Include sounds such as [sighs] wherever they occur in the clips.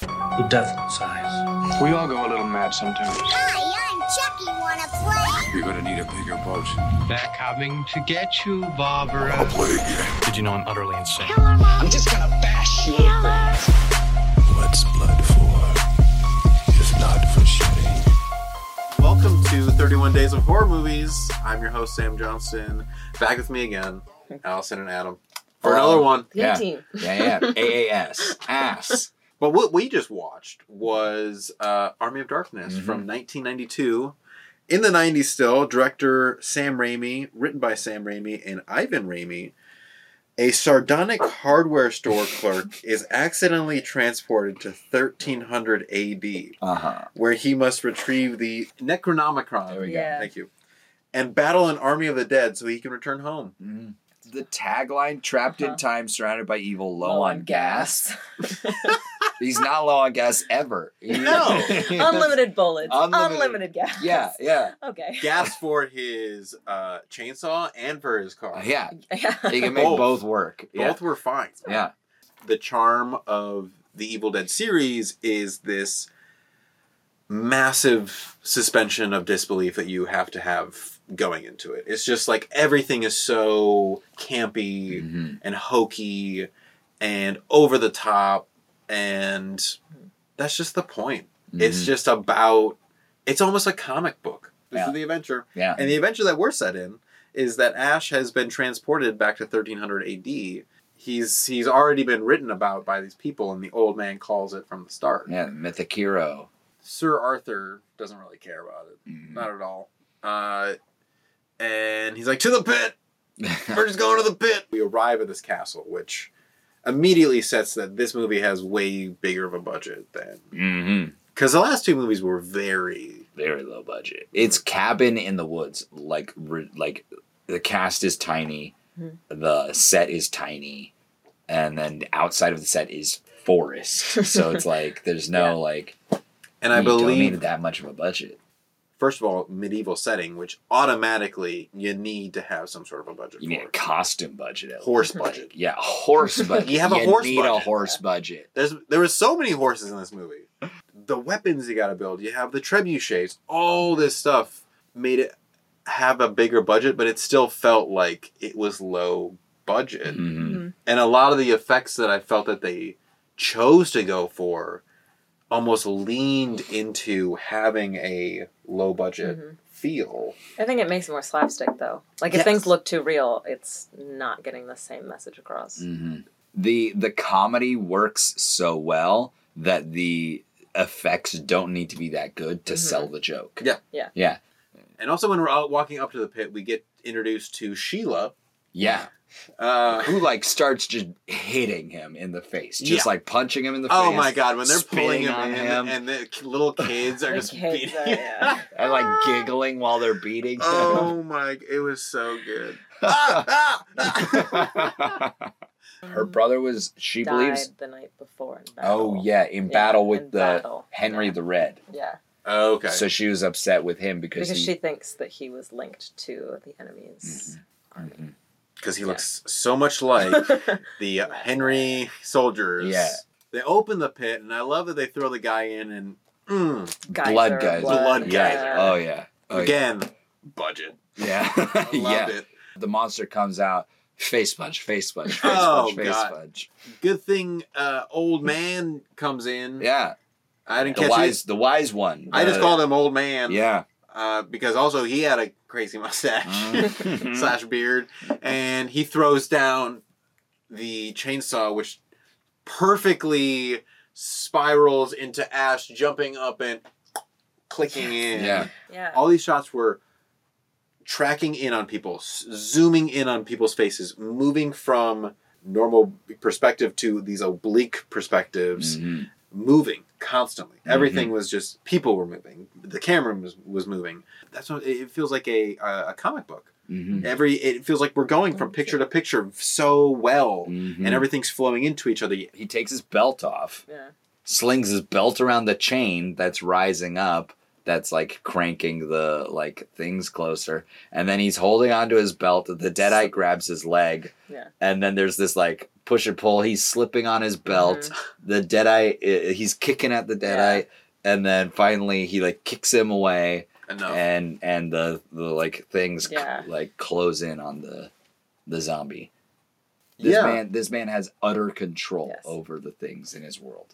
the devil's eyes. We all go a little mad sometimes. Hi, I'm Chucky. Wanna play? You're gonna need a bigger boat. They're coming to get you, Barbara. Did you know I'm utterly insane? Hello, Mom. I'm just gonna bash you. What's blood for? If not for shedding. Welcome to 31 Days of Horror Movies. I'm your host, Sam Johnston. Back with me again, Allison and Adam, for Hello. another one. yeah. Yeah, [laughs] yeah. AAS. Ass. But what we just watched was uh, Army of Darkness Mm-hmm. from 1992. In the 90s, still, director Sam Raimi, written by Sam Raimi and Ivan Raimi. A sardonic hardware store clerk is accidentally transported to 1300 AD, Uh huh. where he must retrieve the Necronomicon. There we Yeah. Thank you. And battle an army of the dead so he can return home. go. Mm. The tagline trapped in Uh-huh. time, surrounded by evil, low, on, gas. [laughs] He's not low on gas ever. [laughs] [laughs] No. [laughs] Unlimited bullets. Unlimited. Unlimited. gas. Yeah, yeah. [laughs] Okay. [laughs] Gas for his uh, chainsaw and for his car. Uh, yeah. Yeah. He can make Both. both, work. Yeah. Both were fine. Yeah. The charm of the Evil Dead series is this massive suspension of disbelief that you have to have going into it. It's just like everything is so campy Mhm. and hokey and over the top and that's just the point. It's Mhm. just about. It's almost a comic book. This Yeah. is the adventure, Mm-hmm. Yeah. and the adventure that we're set in is that Ash has been transported back to 1300 AD. He's he's already been written about by these people, and the old man calls it from the start. Yeah. Mythic hero. Sir Arthur doesn't really care about it, [laughs] Mm. not at all. Uh, and he's like, "To the pit! We're just going to the pit." We arrive at this castle, which immediately sets that this movie has way bigger of a budget than hmm because the last two movies were very Very low budget. It's cabin in the woods. Like, re- like the cast is tiny, Mhm. the set is tiny, and then outside of the set is forest. So it's like there's no Yeah. like. and I you don't need believe that much of a budget. first of all medieval setting, which automatically you need to have some sort of a budget You for. need a costume budget. [laughs] at Horse least. budget. Yeah, [laughs] a horse budget. You have a horse need a budget. horse budget. There's there were so many horses in this movie. The weapons you got to build, you have the trebuchets, all this stuff made it have a bigger budget, but it still felt like it was low budget. Mm-hmm. Mhm. And a lot of the effects that I felt that they chose to go for almost leaned into having a low budget Mm-hmm. feel. I think it makes it more slapstick though. Like if Yes. things look too real, it's not getting the same message across. Mhm. The the comedy works so well that the effects don't need to be that good to Mhm. sell the joke. Yeah. Yeah. Yeah. And also, when we're out walking up to the pit, we get introduced to Sheila. Yeah. Uh, Who like starts just hitting him in the face. Just Yeah. like punching him in the face. oh my god, when they're pulling spitting him on in, him. and the k- [laughs] little kids are The just kids beating. [laughs] are- him. yeah. and like giggling while they're beating him. Ah. oh my! It was so good. [laughs] Ah, ah, [laughs] Her brother was she Died believes the night before. In battle. Oh yeah, in Yeah, battle with in the battle. Henry Yeah. the Red. Yeah. ah. okay. So she was upset with him because, Because he, she thinks that he was linked to the enemies. [laughs] Mhm. Because he looks so much like [laughs] the uh, Henry soldiers. Yeah. They open the pit, and I love that they throw the guy in, and mm, Geyser, blood guys, Blood yeah. geyser. Oh yeah. Oh, yeah. again, budget. Yeah. [laughs] I loved yeah. it. The monster comes out, face punch, [laughs] face punch, face Oh, punch, face God. punch. Good thing uh, old man comes in. Yeah. I didn't The catch wise it. the wise one. I just The- called him old man. Yeah. uh, because also he had a crazy [laughs] mustache [laughs] Mhm. slash beard, and he throws down the chainsaw, which perfectly spirals into Ash jumping up and clicking in. Yeah. Yeah. All these shots were tracking in on people, s- zooming in on people's faces, moving from normal perspective to these oblique perspectives Mm. Mm-hmm. Mhm. moving constantly. Everything was just people were moving. The camera was, was moving. That's what it it feels like a a, a comic book. Mm. Mm-hmm. Mhm. Every it feels like we're going from picture to picture so well, Mhm. Mm-hmm. and everything's flowing into each other. He takes his belt off, yeah. slings his belt around the chain that's rising up, that's like cranking the like things closer, and then he's holding onto his belt. The deadite grabs his leg, Yeah. and then there's this like push and pull. He's slipping on his belt. Mm-hmm. The Deadeye, i- he's kicking at the Deadeye, and then finally he like kicks him away, Oh. Enough. and and the the like things c- Yeah. like close in on the the zombie. This Yeah. man, this man has utter control Yes. over the things in his world.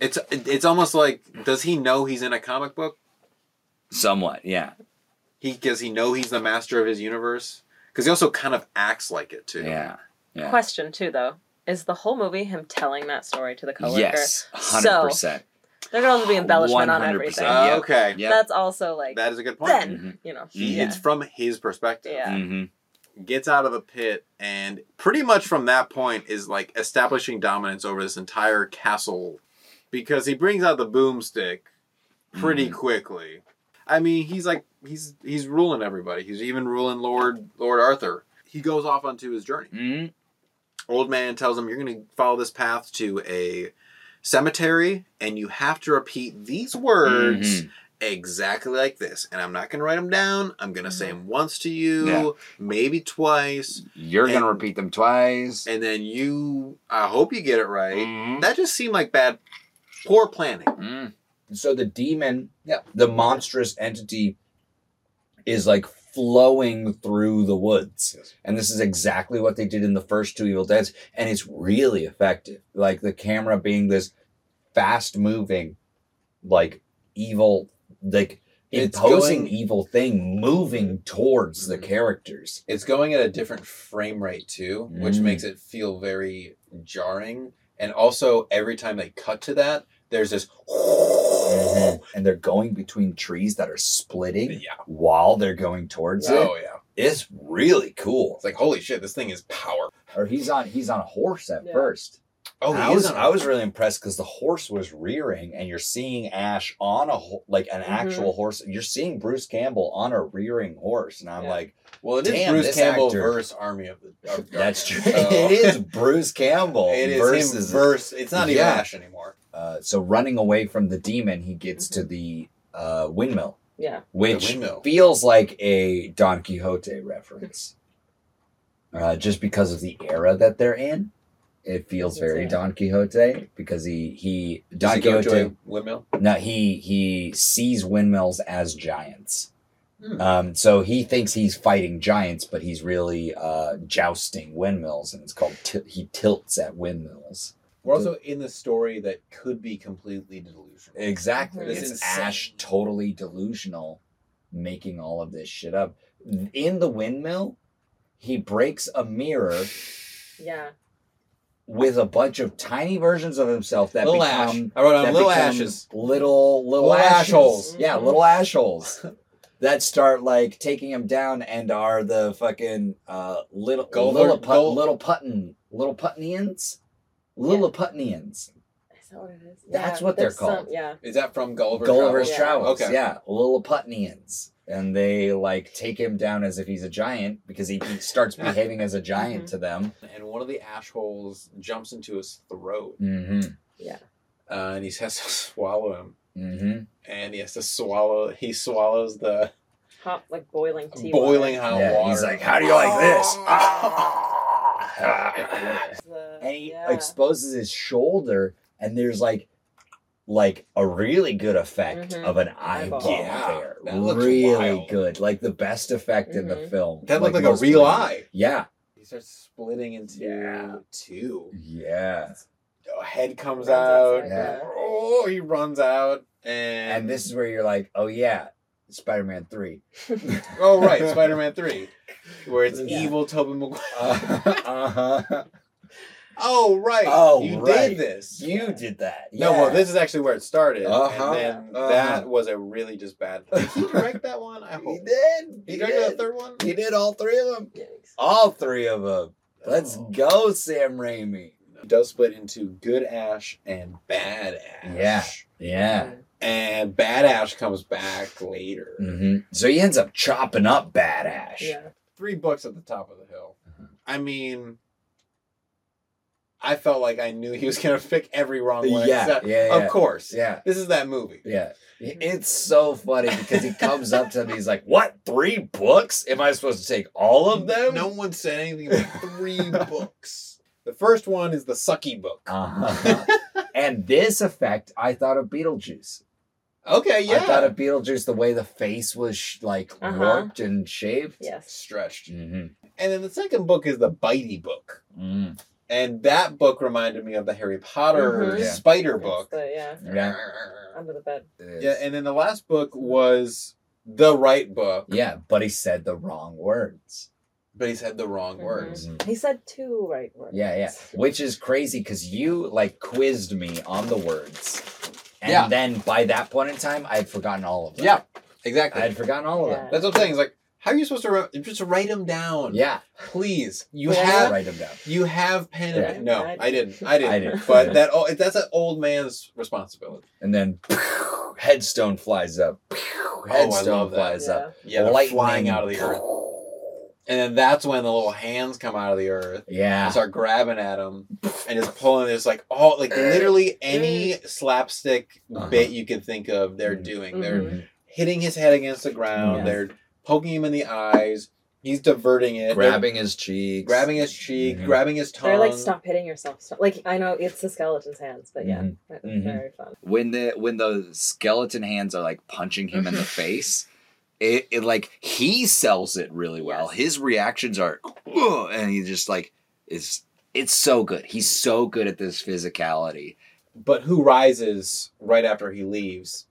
It's it's almost like does he know he's in a comic book? Somewhat, yeah, He does he know he's the master of his universe? Because he also kind of acts like it too. yeah, yeah. Question too, though, is the whole movie him telling that story to the coworker? Yes, hundred So percent. there could also be embellishment on 100%. everything. Uh, Yep. Okay, Yeah, That's also like that is a good point. then Mm-hmm. you know. Mm-hmm. He, yeah. It's from his perspective. Yeah. Mhm. Gets out of the pit and pretty much from that point is like establishing dominance over this entire castle because he brings out the boomstick pretty Mm. quickly. I mean, he's like he's he's ruling everybody. He's even ruling Lord Lord Arthur. He goes off onto his journey. Mhm. old man tells him you're going to follow this path to a cemetery and you have to repeat these words Mm-hmm. exactly like this and i'm not going to write them down i'm going to Mm-hmm. say them once to you Yeah. maybe twice You're gonna And- repeat them twice. and then you i hope you get it right that just seemed like bad poor planning Mm. so the demon, yeah, the monstrous entity, is like flowing through the woods, and this is exactly what they did in the first two Evil Dead's, and it's really effective. Like the camera being this fast moving, like evil, like It's imposing going- Mm-hmm. evil thing moving towards the characters. It's going at a different frame rate too, which Mm. makes it feel very jarring. And also, every time they cut to that, there's this. [laughs] And they're going between trees that are splitting Yeah. while they're going towards it. Oh yeah. It's really cool. It's like holy shit, this thing is power. or he's on he's on a horse at Yeah. first. Oh, And he I is was on a- I was really impressed because the horse was rearing, and you're seeing Ash on a ho- like Mm-hmm. an actual horse. You're seeing Bruce Campbell on a rearing horse, and I'm Yeah. like, Well, it is Damn, Bruce this Campbell actor. versus Army of the. [laughs] Of that's true. Darkness, so- [laughs] [laughs] it is Bruce Campbell It is versus. him versus. It's not even Yeah. Ash anymore. uh, so running away from the demon, he gets Mm-hmm. to the uh, windmill, Yeah. which windmill. feels like a Don Quixote reference, uh, just because of the era that they're in. It feels That's very it. Don Quixote because he he Does Don he go Quixote to a windmill? No, he he sees windmills as giants. Hmm. Um, so he thinks he's fighting giants, but he's really uh, jousting windmills, and it's called til he tilts at windmills. We're also in the story that could be completely delusional. Exactly, Mhm. it's, It's insane. Ash totally delusional, making all of this shit up. In the windmill, he breaks a mirror Yeah. with a bunch of tiny versions of himself that little become Ash. I wrote that down little become Ashes. little little, Little ash holes. assholes. Mm-hmm. Yeah, Mhm. little ash holes that start like taking him down and are the fucking uh, little Gold- little put, gold- little putton little putnians, little putnians. Is that what it is? That's Yeah, what they're there's some- called. yeah. Is that from Gulliver? Gulliver's Yeah. Travels. Okay. Yeah, little putnians. And they like take him down as if he's a giant because he, [laughs] he starts behaving as a Mm-hmm. giant to them. And one of the ash holes jumps into his throat, Mm-hmm. uh, and he has to [laughs] swallow him. Mm-hmm. [sighs] And he has to swallow. He swallows the Hot like boiling tea. boiling water. hot Yeah, water. he's like, "How do you like [laughs] this?" Ah. The- and he yeah. exposes his shoulder and there's like like a really good effect Mhm. of an eyeball Eyeball. Yeah, there that looks really wild. good like the best effect in the Mhm. film that looked like, a most real people- eye. yeah He starts splitting into Yeah. two. yeah A head comes Runs outside, out. Yeah. Oh, he runs out, and, and this is where you're like oh yeah spider-man 3 [laughs] Oh right, [laughs] Spider-Man Three, where it's Yeah. evil Tobey Maguire. uh, uh-huh [laughs] oh right. Oh, you right. did this. you did that No, yeah. well, this is actually where it started, Uh-huh. and then Uh-huh. that was a really just bad. [laughs] Did he direct that one? I he hope. did He he directed the did third one. he did all three of them Yikes. all three of them let's Oh. go sam raimi It does split into good Ash and bad Ash. Yeah. yeah And bad Ash comes back later. hmm So he ends up chopping up Bad Ash. Yeah. Three books at the top of the hill. Mm-hmm. i mean I felt like I knew he was gonna [laughs] pick every wrong one. Yeah, except- yeah, yeah. Of course. Yeah. This is that movie. Yeah. It's so funny because he comes up to me. He's like, What? Three books? Am I supposed to take all of them? [laughs] No one said anything about three books. The first one is the sucky book. Uh-huh. and this effect, I thought of Beetlejuice. okay, yeah. Oh, I thought of Beetlejuice the way the face was sh- like Uh-huh. warped and shaved. Yes. stretched. Mhm. And then the second book is the bitey book. Mm. And that book reminded me of the Harry Potter Mhm. Yeah. spider That's book. the- yeah. Yeah. Under the bed. it is. Yeah, and then the last book was the right book, yeah, but he said the wrong words. but he said the wrong Mhm. words. Mm. He said two right words. Mm-hmm. Yeah, yeah. Which is crazy because you like quizzed me on the words. And Yeah. then by that point in time, I had forgotten all of them. Yeah, exactly. I had forgotten all of them. That's what I'm saying. It's like, how are you supposed to re- just write them down? Yeah. please. You Yeah. have write them down. you have pen. Yeah. And, no, I didn't. I didn't. I didn't. But that oh, that's an old man's responsibility. And then [laughs] headstone flies up. headstone Oh, love that. flies up. Yeah, they're flying out of the earth, and then that's when the little hands come out of the earth. Yeah. and start grabbing at him and just pulling this like all like literally any slapstick Uh-huh. bit you could think of they're Mhm. doing Mhm. they're hitting his head against the ground Yes. they're poking him in the eyes he's diverting it Grabbing his cheeks. they're grabbing his cheek Mhm. grabbing his tongue They're like, stop hitting yourself. Stop. Like, I know it's the skeleton's hands, but yeah, Mhm. that was Mhm. very fun. when the when the skeleton hands are like punching him [laughs] in the face it, it like he sells it really well Yes. his reactions are "Ugh," and he just like is it's so good he's so good at this physicality but who rises right after he leaves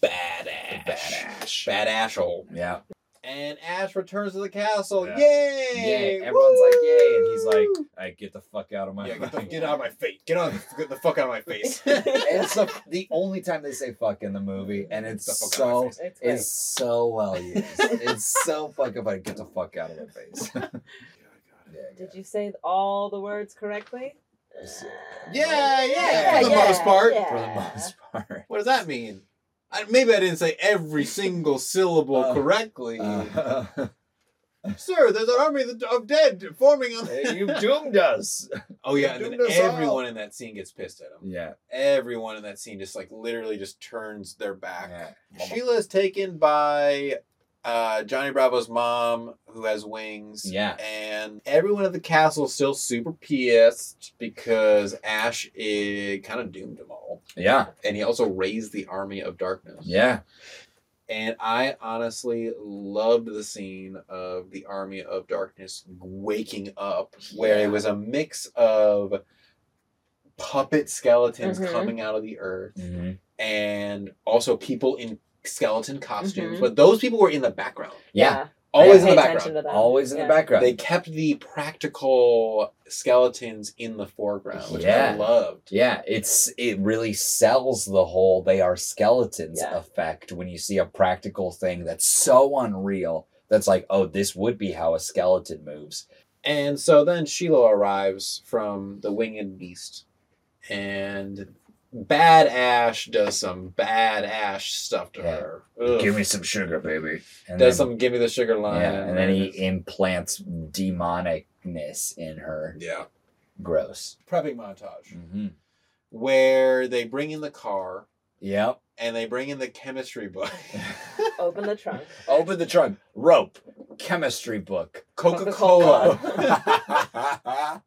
badass Badass. bad asshole Yeah. and ash returns to the castle Yeah. yay Yay. Everyone's like, yay. And he's Woo! like, I get the fuck out of my yeah, get, the, mind." get out of [laughs] my face. Get on get the fuck out of my face. And It's the, the only time they say fuck in the movie, and it's The fuck out of my so face. It's great. it's so well used. it's so fucking funny. Get the fuck out of my face. [laughs] yeah, yeah. Did you say all the words correctly? Yes. [laughs] Yeah, yeah, Yeah, for the yeah, most part. yeah. For the most part. What does that mean? I, maybe I didn't say every single syllable Uh, correctly. [laughs] Uh, Sir, there's an army of the- of dead forming on. [laughs] you [laughs] Uh, doomed us. oh yeah, and doomed then us everyone in that scene gets pissed at him. Yeah. Everyone in that scene just like literally just turns their back. yeah. Sheila is taken by uh, Johnny Bravo's mom, who has wings. Yeah. And everyone at the castle is still super pissed because Ash it kind of doomed them all, Yeah. and he also raised the army of darkness. Yeah. And I honestly loved the scene of the Army of Darkness waking up, where it was a mix of puppet skeletons Mhm. coming out of the earth Mhm. and also people in skeleton costumes. Mhm. But those people were in the background, Yeah. always in Pay the attention background. to that. Always in Yeah. the background. They kept the practical skeletons in the foreground, which I Yeah. loved. Yeah, it's it really sells the whole they are skeletons Yeah. effect when you see a practical thing that's so unreal that's like, oh, this would be how a skeleton moves. And so then Shiloh arrives from the winged beast, and Bad Ash does some bad Ash stuff to Yeah. her. Ugh. some sugar, baby. And does then, some give me the sugar line, yeah, and then he implants demonicness in her. yeah Gross. prepping montage Mm-hmm. where they bring in the car Yep. and they bring in the chemistry [laughs] book, [laughs] Open the trunk. Open the trunk. Rope. Chemistry book. Coca Coca-Cola. Cola,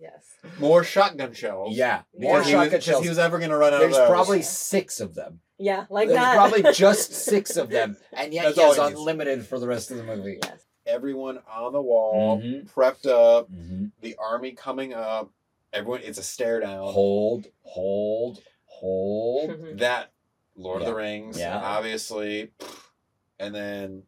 Yes. more shotgun shells. [laughs] yeah. More More because he was, shotgun because shells. he was ever gonna run out There's of those. probably six of them. Yeah, like There's that. [laughs] probably just six of them, and yet That's he has all he needs. unlimited for the rest of the movie. Yes. everyone on the wall Mhm. prepped up, Mhm. the army coming up. Everyone, it's a stare down. Hold, hold, hold. [laughs] Mhm. that Lord of Yeah. the Rings, Yeah. obviously, and then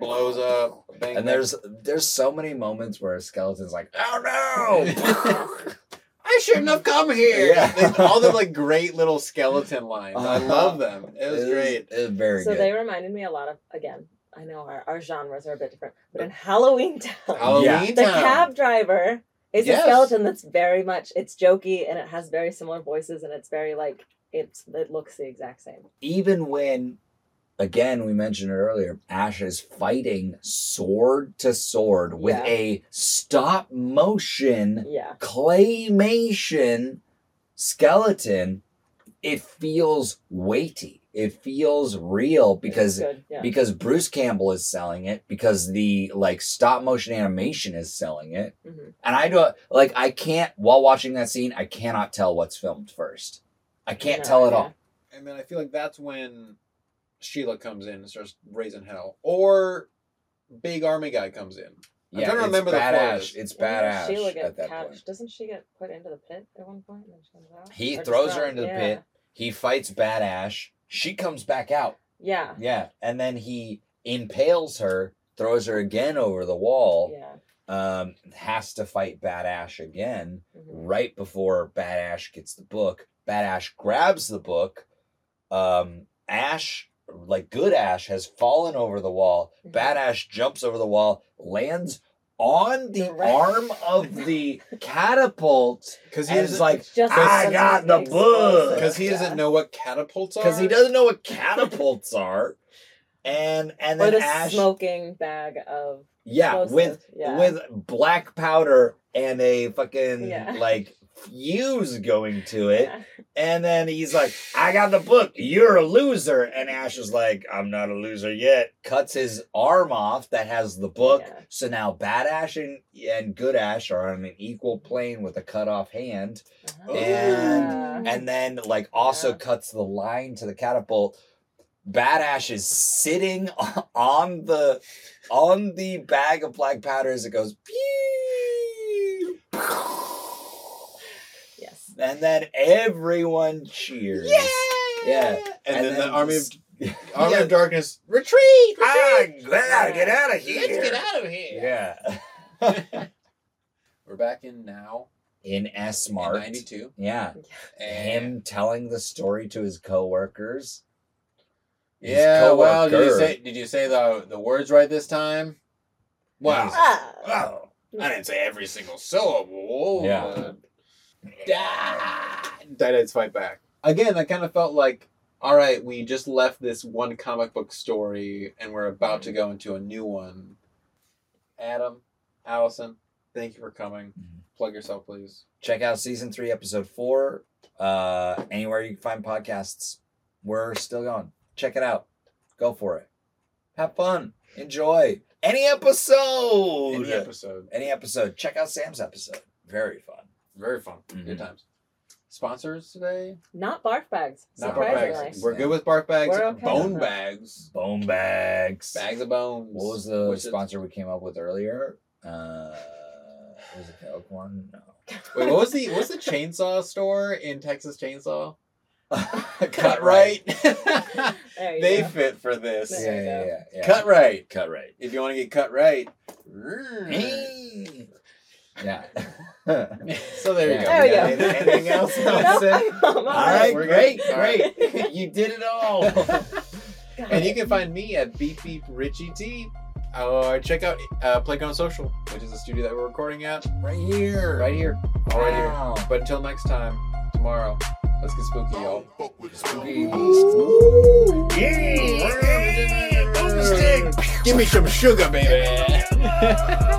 blows up. bang, bang. [laughs] And there's there's so many moments where a skeleton's like, [laughs] oh I shouldn't have come here. [laughs] Yeah. They- all the like great little skeleton lines. I Uh-huh. love them. no, It was great. it was very So good. they reminded me a lot of, again, I know our, our genres are a bit different, but in Halloween [laughs] Town, Halloween Yeah. the Town. cab driver is Yes. a skeleton that's very much, it's jokey and it has very similar voices and it's very like, it's, it looks the exact same. Even when, again, we mentioned it earlier, Ash is fighting sword to sword with Yeah. a stop motion Yeah. claymation skeleton, it feels weighty. It feels real because good. Yeah. because Bruce Campbell is selling it because the like stop motion animation is selling it. Mhm. And I do like I can't while watching that scene, I cannot tell what's filmed first. I can't No, tell at yeah. all. And then I feel like that's when Sheila comes in and starts raising hell, or big army guy comes in. I Yeah, don't it's remember the badass. photos. it's And then badass Sheila gets at that catch- point. Doesn't she get put into the pit at one point? And then she comes out? He Or just throws her thrown- into the yeah. pit. He fights badass. She comes back out. Yeah. Yeah, and then he impales her, throws her again over the wall. Yeah. Um, has to fight badass again. Mhm. right before Bad Ash gets the book. Bad Ash grabs the book. Um, Ash, like good Ash, has fallen over the wall. Mhm. Bad Ash jumps over the wall, lands on the Right. arm of [laughs] the catapult, Because he and is doesn't like [laughs] like, It's just I something got the explosive. book. because he doesn't Yeah. know what [laughs] catapults are. because he doesn't know what catapults are. And and Or then the Ash, smoking bag of yeah, explosive. with yeah. with black powder and a fucking Yeah. like fuse going to it. Yeah. And then he's like, I got the book. You're a loser. And Ash is like, I'm not a loser yet. Cuts his arm off that has the book. Yeah. So now Bad Ash and, and Good Ash are on an equal plane with a cut off hand. Uh-huh. And- Yeah. And then, like, also Mm-hmm. Yeah. cuts the line to the catapult. Bad Ash is sitting [laughs] on the on the bag of black powder as it goes. [laughs] pew. [laughs] yes. And then everyone cheers. Yeah. And, And then, then the army of army Yeah. of darkness retreat. Ah, retreat! gotta get out of here. Let's get out of here. Yeah. We're back in now. [laughs] In S in Mart. 92. Yeah. And Him telling the story to his coworkers. His yeah, well, did you coworker. say did you say the the words right this time? Wow. Ah. Oh. Wow. I didn't say every single syllable. Yeah. Uh, da- Dynamite's Fight Back. Again, I kind of felt like, all right, we just left this one comic book story and we're about to go into a new one. Adam, Allison, thank you for coming. Mhm. Plug yourself, please. check out season three, episode four. Uh, anywhere you can find podcasts, we're still going. Check it out. Go for it. Have fun. Enjoy any episode. Any episode. Any episode. Check out Sam's episode. Very fun. Very fun. Mhm. Good times. Sponsors today? Not barf bags. Not barf surprisingly. bags. Surprisingly. We're good with barf bags. We're okay Bone with that. bags. Bone bags. Bags of bones. What was the Which is- sponsor we came up with earlier? Uh, was it Coke one? No. Wait, what was the what was the chainsaw store in Texas Chainsaw? [laughs] [laughs] Cut Cut right. [laughs] [laughs] There you they go. fit for this. Yeah, There you yeah, go. yeah, yeah. Cut right. Cut right. If you want to get cut right. yeah. so there you go. Yeah. There Yeah, we go. any- Anything else? [laughs] No, Allison? I'm- I'm all All right, right. we're great, good. All great. right. [laughs] [laughs] you did it all. and you can find me at Beep Beep Richie T. Or check out uh, Playground Social, which is the studio that we're recording at right here. right here. All right here. Wow. But until next time, tomorrow, let's get spooky, y'all. Yeah. Boomstick. Give me some sugar, baby.